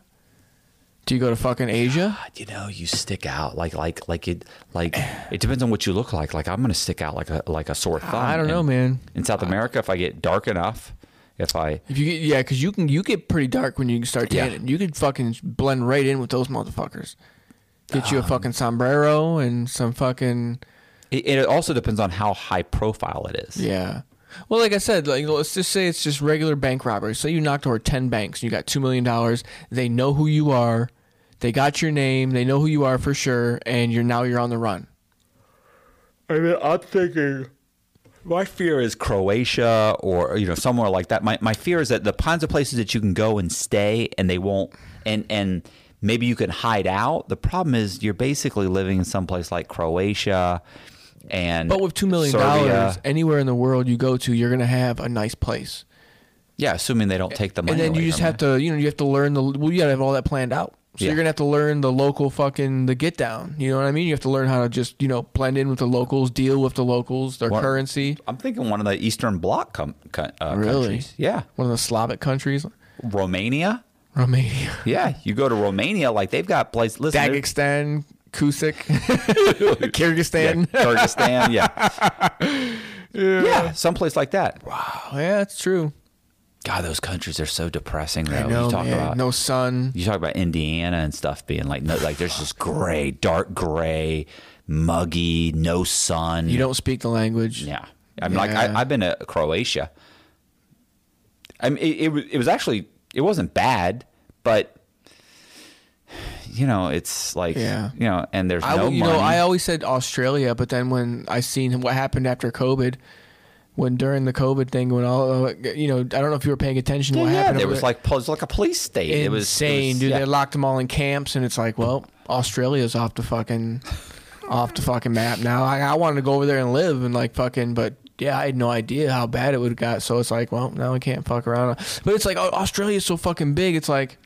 Speaker 2: Do you go to fucking Asia?
Speaker 1: God, you know, you stick out like like like it like it depends on what you look like. Like I'm gonna stick out like a like a sore thumb.
Speaker 2: I don't know,
Speaker 1: in-
Speaker 2: man.
Speaker 1: In South America, if I get dark enough, if I
Speaker 2: If you get yeah, because you can you get pretty dark when you start
Speaker 1: Yeah.
Speaker 2: tanning. You could fucking blend right in with those motherfuckers. Get you a fucking sombrero and some fucking
Speaker 1: Um, it, it also depends on how high profile it is.
Speaker 2: Yeah. Well, like I said, like let's just say it's just regular bank robbery. Say you knocked over ten banks and you got two million dollars. They know who you are. They got your name. They know who you are for sure. And you're now you're on the run.
Speaker 1: My fear is Croatia or you know somewhere like that. My my fear is that the kinds of places that you can go and stay and they won't and and maybe you can hide out. The problem is you're basically living in some place like Croatia and
Speaker 2: But with two million
Speaker 1: Serbia.
Speaker 2: dollars, anywhere in the world you go to, you're gonna have a nice place.
Speaker 1: Yeah, assuming they don't take the money.
Speaker 2: and then you
Speaker 1: away
Speaker 2: just
Speaker 1: from
Speaker 2: have
Speaker 1: you.
Speaker 2: to, you know, you have to learn the. Well, you gotta have all that planned out. So
Speaker 1: Yeah.
Speaker 2: you're gonna have to learn the local fucking the get down. You know what I mean? You have to learn how to just you know blend in with the locals, deal with the locals, their
Speaker 1: What-
Speaker 2: currency.
Speaker 1: I'm thinking one of the Eastern Bloc com- co- uh,
Speaker 2: Really?
Speaker 1: countries. Yeah,
Speaker 2: One of the Slavic countries,
Speaker 1: Romania.
Speaker 2: Romania.
Speaker 1: Yeah, you go to Romania, like they've got places. Listen, they're-
Speaker 2: Dagestan, Kusik, Kyrgyzstan.
Speaker 1: Yeah, Kyrgyzstan. Yeah. yeah, someplace like that.
Speaker 2: Wow, Oh, yeah, that's true.
Speaker 1: God, those countries are so depressing. Though
Speaker 2: No,
Speaker 1: you talk
Speaker 2: man,
Speaker 1: about
Speaker 2: no sun.
Speaker 1: you talk about Indiana and stuff being like no, like there's just gray, dark gray, muggy, no sun.
Speaker 2: You don't speak the language.
Speaker 1: Yeah, I'm like
Speaker 2: Yeah.
Speaker 1: I, I've been to Croatia. I mean, it, it was- it was actually it wasn't bad, but you know, it's like
Speaker 2: Yeah.
Speaker 1: you know, and there's
Speaker 2: I,
Speaker 1: no
Speaker 2: you
Speaker 1: money.
Speaker 2: know, I always said Australia, but then when I seen what happened after COVID, when during the COVID thing, when all uh, you know, I don't know if you were paying attention. to
Speaker 1: yeah,
Speaker 2: what
Speaker 1: yeah,
Speaker 2: happened?
Speaker 1: there
Speaker 2: over
Speaker 1: was like it was like a police state.
Speaker 2: insane,
Speaker 1: it was it was-
Speaker 2: dude.
Speaker 1: yeah.
Speaker 2: They locked them all in camps, and it's like, well, Australia's off the fucking, off the fucking map now. I, I wanted to go over there and live and like fucking, but yeah, I had no idea how bad it would have got. So it's like, well, now we can't fuck around. But it's like, oh, Australia's so fucking big. It's like,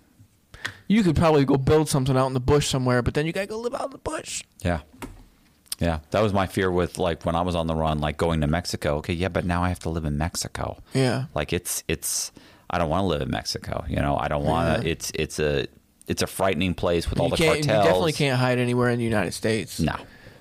Speaker 2: you could probably go build something out in the bush somewhere, but then you gotta go live out in the bush.
Speaker 1: Yeah. Yeah. That was my fear with like when I was on the run, like going to Mexico. Okay, yeah, but now I have to live in Mexico.
Speaker 2: Yeah.
Speaker 1: Like it's it's I don't want to live in Mexico. You know, I don't want to.
Speaker 2: Yeah.
Speaker 1: It's it's a it's a frightening place with all
Speaker 2: you
Speaker 1: the
Speaker 2: can't.
Speaker 1: cartels.
Speaker 2: You definitely can't hide anywhere in the United States.
Speaker 1: No.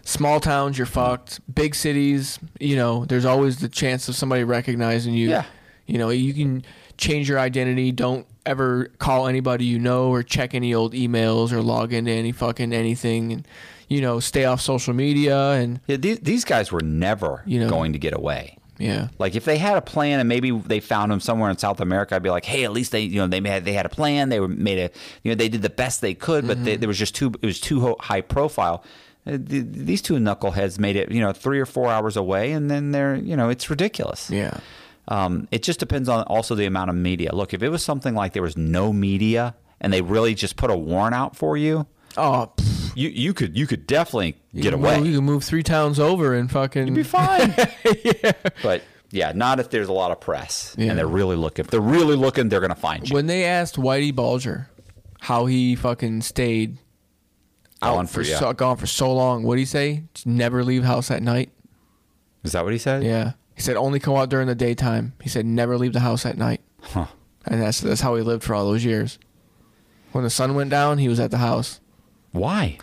Speaker 2: Small towns, you're fucked. Big cities, you know, there's always the chance of somebody recognizing you.
Speaker 1: Yeah.
Speaker 2: You know, you can change your identity. Don't ever call anybody you know or check any old emails or log into any fucking anything. And, you know, stay off social media and,
Speaker 1: Yeah, these, these guys were never
Speaker 2: You know.
Speaker 1: going to get away.
Speaker 2: yeah.
Speaker 1: Like if they had a plan and maybe they found them somewhere in South America, I'd be like, hey, at least they you know they had they had a plan. They were made a you know they did the best they could, but
Speaker 2: Mm-hmm.
Speaker 1: they, there was just too it was too ho- high profile. Uh, th- these two knuckleheads made it you know three or four hours away, and then they're you know it's ridiculous.
Speaker 2: Yeah.
Speaker 1: Um, it just depends on also the amount of media. Look, if it was something like there was no media and they really just put a warrant out for you,
Speaker 2: Oh, pff,
Speaker 1: you you could you could definitely get
Speaker 2: you can
Speaker 1: away.
Speaker 2: move- You can move three towns over and fucking.
Speaker 1: You'd be fine. But yeah, not if there's a lot of press
Speaker 2: Yeah.
Speaker 1: and they're really looking. If they're really looking, they're gonna find you.
Speaker 2: When they asked Whitey Bulger how he fucking stayed
Speaker 1: Gone
Speaker 2: out
Speaker 1: for- yeah.
Speaker 2: so, gone for so long, what would he say? Just never leave house at night.
Speaker 1: Is that what he said?
Speaker 2: Yeah, he said only come out during the daytime. He said never leave the house at night,
Speaker 1: Huh.
Speaker 2: and that's that's how he lived for all those years. When the sun went down, he was at the house.
Speaker 1: Why?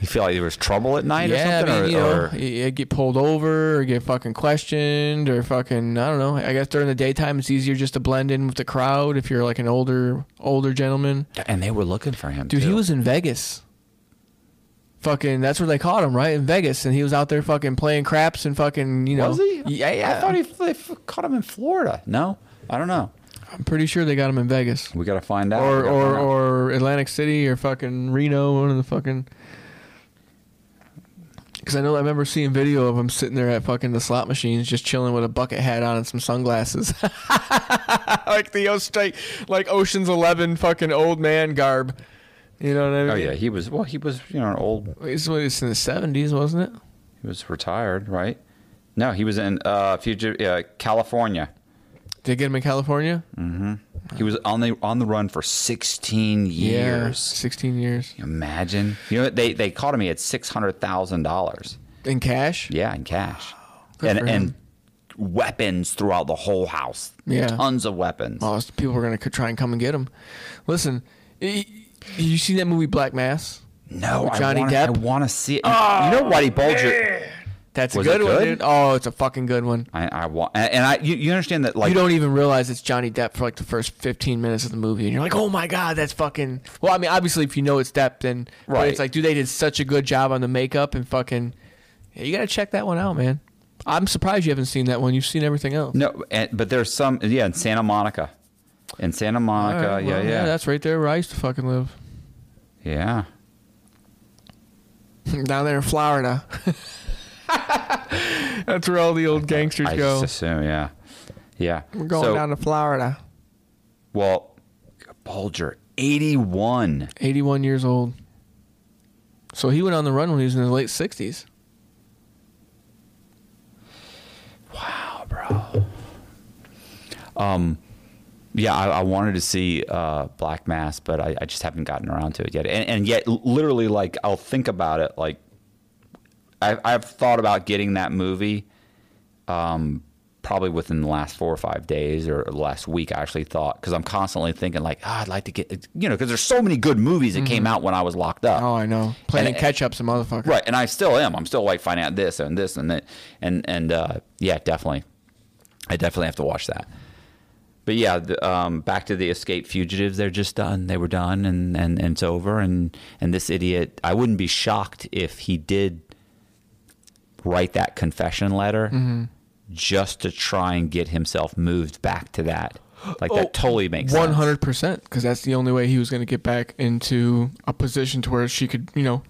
Speaker 1: You feel like there was trouble at night
Speaker 2: yeah,
Speaker 1: or something?
Speaker 2: I mean, you
Speaker 1: or,
Speaker 2: know,
Speaker 1: or-
Speaker 2: you- you get pulled over or get fucking questioned or fucking I don't know. I guess during the daytime it's easier just to blend in with the crowd if you're like an older older gentleman.
Speaker 1: and they were looking for him.
Speaker 2: Dude, he
Speaker 1: too.
Speaker 2: was in Vegas. Fucking, that's where they caught him, right? In Vegas, and he was out there fucking playing craps and fucking, you know.
Speaker 1: Was he?
Speaker 2: Yeah, yeah.
Speaker 1: I thought he they f- caught him in Florida. No, I don't know.
Speaker 2: I'm pretty sure they got him in Vegas,
Speaker 1: We gotta find out. We
Speaker 2: or
Speaker 1: gotta
Speaker 2: or
Speaker 1: find out.
Speaker 2: or Atlantic City, or fucking Reno, one of the fucking. Because I know I remember seeing video of him sitting there at fucking the slot machines, just chilling with a bucket hat on and some sunglasses, like the old straight, like Ocean's Eleven fucking old man garb. You know what I mean?
Speaker 1: Oh yeah, he was. Well, he was. You know, an old.
Speaker 2: It's, it's in the '70s, wasn't it?
Speaker 1: He was retired, right? No, he was in uh, future uh, California.
Speaker 2: Did they get him in California?
Speaker 1: He was on the on the run for 16
Speaker 2: Yeah,
Speaker 1: years.
Speaker 2: 16 years.
Speaker 1: Imagine. You know what? they they caught him. He had six hundred thousand dollars.
Speaker 2: In cash?
Speaker 1: Yeah, in cash,
Speaker 2: Good
Speaker 1: and
Speaker 2: for
Speaker 1: and
Speaker 2: him.
Speaker 1: weapons throughout the whole house.
Speaker 2: Yeah.
Speaker 1: tons of weapons.
Speaker 2: Oh, so people were going to try and come and get him. Listen, y- y- you seen that movie Black Mass?
Speaker 1: no,
Speaker 2: with Johnny
Speaker 1: I wanna,
Speaker 2: Depp? Oh,
Speaker 1: I want to see it. you know, Whitey Bulger.
Speaker 2: That's a
Speaker 1: Was
Speaker 2: good
Speaker 1: it
Speaker 2: one,
Speaker 1: good?
Speaker 2: dude. Oh, it's a fucking good one.
Speaker 1: I, I want, and and I you, you understand that like
Speaker 2: you don't even realize it's Johnny Depp for like the first 15 minutes of the movie, and you're like, oh my god, that's fucking. Well, I mean, obviously, if you know it's Depp, then but
Speaker 1: Right.
Speaker 2: it's like, dude, they did such a good job on the makeup and fucking. Yeah, you got to check that one out, man. I'm surprised you haven't seen that one. You've seen everything else.
Speaker 1: no, and, but there's some yeah in Santa Monica, in Santa
Speaker 2: All right,
Speaker 1: Monica, yeah,
Speaker 2: well,
Speaker 1: yeah,
Speaker 2: That's right there where I used to fucking live.
Speaker 1: yeah.
Speaker 2: down there in Florida. That's where all the old gangsters
Speaker 1: I
Speaker 2: go.
Speaker 1: just assume, yeah, yeah.
Speaker 2: We're going
Speaker 1: so,
Speaker 2: down to Florida.
Speaker 1: Well, Bulger, 81.
Speaker 2: 81 years old. So he went on the run when he was in the late 60s.
Speaker 1: Yeah, I, I wanted to see uh, Black Mass, but I, I just haven't gotten around to it yet. And, and yet, l- literally, like, I'll think about it. Like, I've, I've thought about getting that movie um, probably within the last four or five days or the last week. I actually thought, because I'm constantly thinking, like, ah, I'd like to get, you know, because there's so many good movies that came out when I was locked up.
Speaker 2: Oh, I know. Playing
Speaker 1: And-
Speaker 2: catch up some motherfucker.
Speaker 1: Right, and I still am. I'm still like finding out this and this and that, and and uh, yeah, definitely, I definitely have to watch that. But yeah, the, um, back to the escape fugitives. They're just done. They were done, and, and, and it's over. And and this idiot, I wouldn't be shocked if he did write that confession letter
Speaker 2: Mm-hmm.
Speaker 1: just to try and get himself moved back to that. Like
Speaker 2: Oh,
Speaker 1: that totally makes sense.
Speaker 2: 100% because that's the only way he was going to get back into a position to where she could, you know,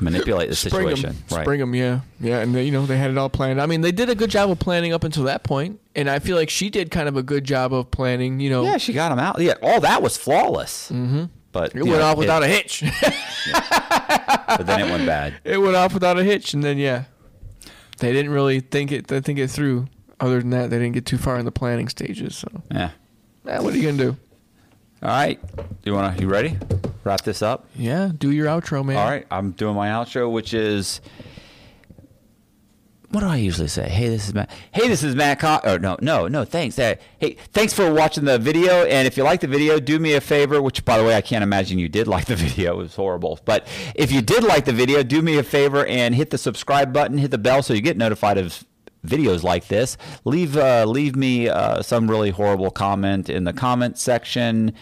Speaker 1: manipulate the
Speaker 2: spring
Speaker 1: situation.
Speaker 2: him.
Speaker 1: Right.
Speaker 2: Spring him, yeah. Yeah, and they, you know, they had it all planned. I mean, they did a good job of planning up until that point, and I feel like she did kind of a good job of planning, you know.
Speaker 1: Yeah, she got him out. Yeah, all that was flawless. Mm-hmm. But
Speaker 2: it went off without a hitch.
Speaker 1: but then it went bad.
Speaker 2: it went off without a hitch, and then yeah, they didn't really think it. They think it through. Other than that, they didn't get too far in the planning stages. So,
Speaker 1: Yeah.
Speaker 2: eh, what are you gonna do?
Speaker 1: All right. You wanna you ready? Wrap this up.
Speaker 2: Yeah, do your outro, man.
Speaker 1: All right. I'm doing my outro, which is what do I usually say? Hey, this is Matt. Hey, this is Matt. Con- or no, no, no. Thanks. Hey, hey, thanks for watching the video. And if you like the video, do me a favor. Which, by the way, I can't imagine you did like the video. It was horrible. But if you did like the video, do me a favor and hit the subscribe button, hit the bell, so you get notified of videos like this. Leave uh, leave me uh, some really horrible comment in the comment section.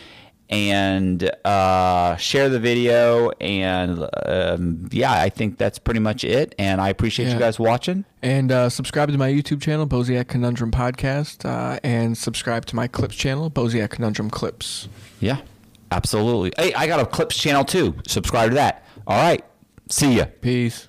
Speaker 1: And uh, share the video, and um, yeah, I think that's pretty much it. And I appreciate you
Speaker 2: Yeah.
Speaker 1: guys watching.
Speaker 2: And uh, subscribe to my YouTube channel, Bosiak Conundrum Podcast, uh, and subscribe to my Clips channel, Bosiak Conundrum Clips.
Speaker 1: Yeah, absolutely. Hey, I got a clips channel too. Subscribe to that. All right. See ya.
Speaker 2: Peace.